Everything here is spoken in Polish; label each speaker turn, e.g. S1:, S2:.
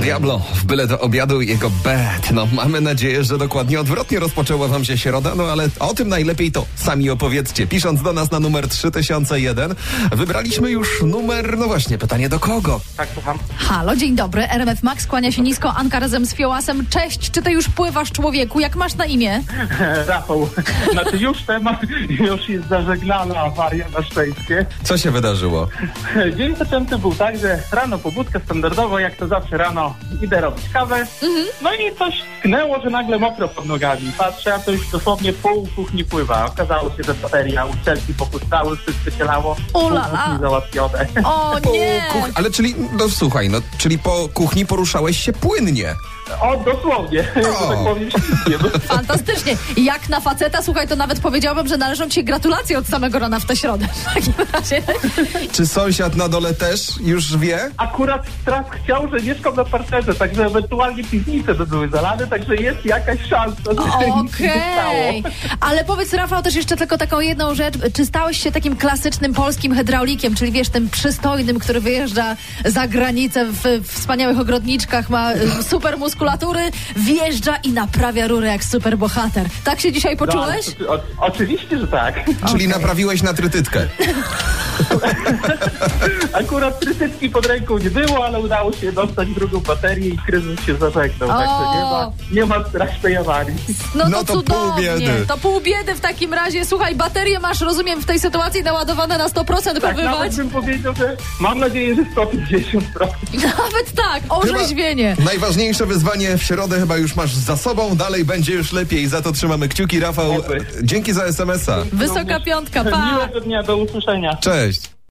S1: Diablo w byle do obiadu i jego bet. No, mamy nadzieję, że dokładnie odwrotnie rozpoczęła wam się środa, no ale o tym najlepiej to sami opowiedzcie. Pisząc do nas na numer 3001, wybraliśmy już numer, no właśnie, pytanie do kogo?
S2: Tak, słucham.
S3: Halo, dzień dobry. RMF Max kłania się nisko. Anka razem z Fiołasem. Cześć, czy ty już pływasz, człowieku? Jak masz na imię?
S2: Rafał. Znaczy już temat, już jest zażegnana awaria na szczęście.
S1: Co się wydarzyło?
S2: Dzień zaczęty był tak, że rano pobudkę standardowo, jak to zawsze rano, idę robić kawę. No i coś tknęło, że nagle mokro pod nogami. Patrzę, a to już dosłownie pół kuchni pływa. Okazało się, że bateria, uszczelki popustały, wszystko się lało. Pół
S3: Ulala.
S2: kuchni załatwione.
S3: O nie!
S1: Kuch- ale czyli, no słuchaj, no, czyli po kuchni poruszałeś się płynnie.
S2: O, dosłownie.
S1: O.
S2: że Tak powiem, ślizgiem.
S3: Fantastycznie. Jak na faceta, słuchaj, to nawet powiedziałabym, że należą ci się gratulacje od samego rana w tę środę. W takim razie.
S1: Czy sąsiad na dole też już wie?
S2: Akurat strach chciał, że mieszkam na parterze, także ewentualnie piwnice by były zalane, także jest jakaś szansa, że się nic nie stało.
S3: Okej. Ale powiedz, Rafał, też jeszcze tylko taką jedną rzecz. Czy stałeś się takim klasycznym polskim hydraulikiem, czyli wiesz, tym przystojnym, który wyjeżdża za granicę w w wspaniałych ogrodniczkach, ma y, super muskulatury, wjeżdża i naprawia rurę jak super bohater. Tak się dzisiaj
S2: No, ale
S3: poczułeś?
S2: to- o- Oczywiście, że tak.
S1: Czyli naprawiłeś na trytytkę.
S2: Akurat trytytki pod ręką nie było, ale udało się dostać drugą baterię i kryzys się zażegnał. Także nie ma, nie ma strasznej awarii.
S3: No,
S1: No
S3: to,
S1: to pół
S3: cudownie.
S1: biedy.
S3: To pół biedy w takim razie. Słuchaj, baterie masz, rozumiem, w tej sytuacji naładowane na 100%
S2: Tak,
S3: pobywać.
S2: nawet bym powiedział, że mam nadzieję, że 150%.
S3: Nawet tak, orzeźwienie.
S1: Chyba Najważniejsze wyzwanie w środę chyba już masz za sobą, dalej będzie już lepiej, za to trzymamy kciuki. Rafał,
S2: Dziękuję.
S1: dzięki za SMS-a.
S3: Wysoka piątka, pa!
S2: Miłego dnia, do usłyszenia.
S1: Cześć.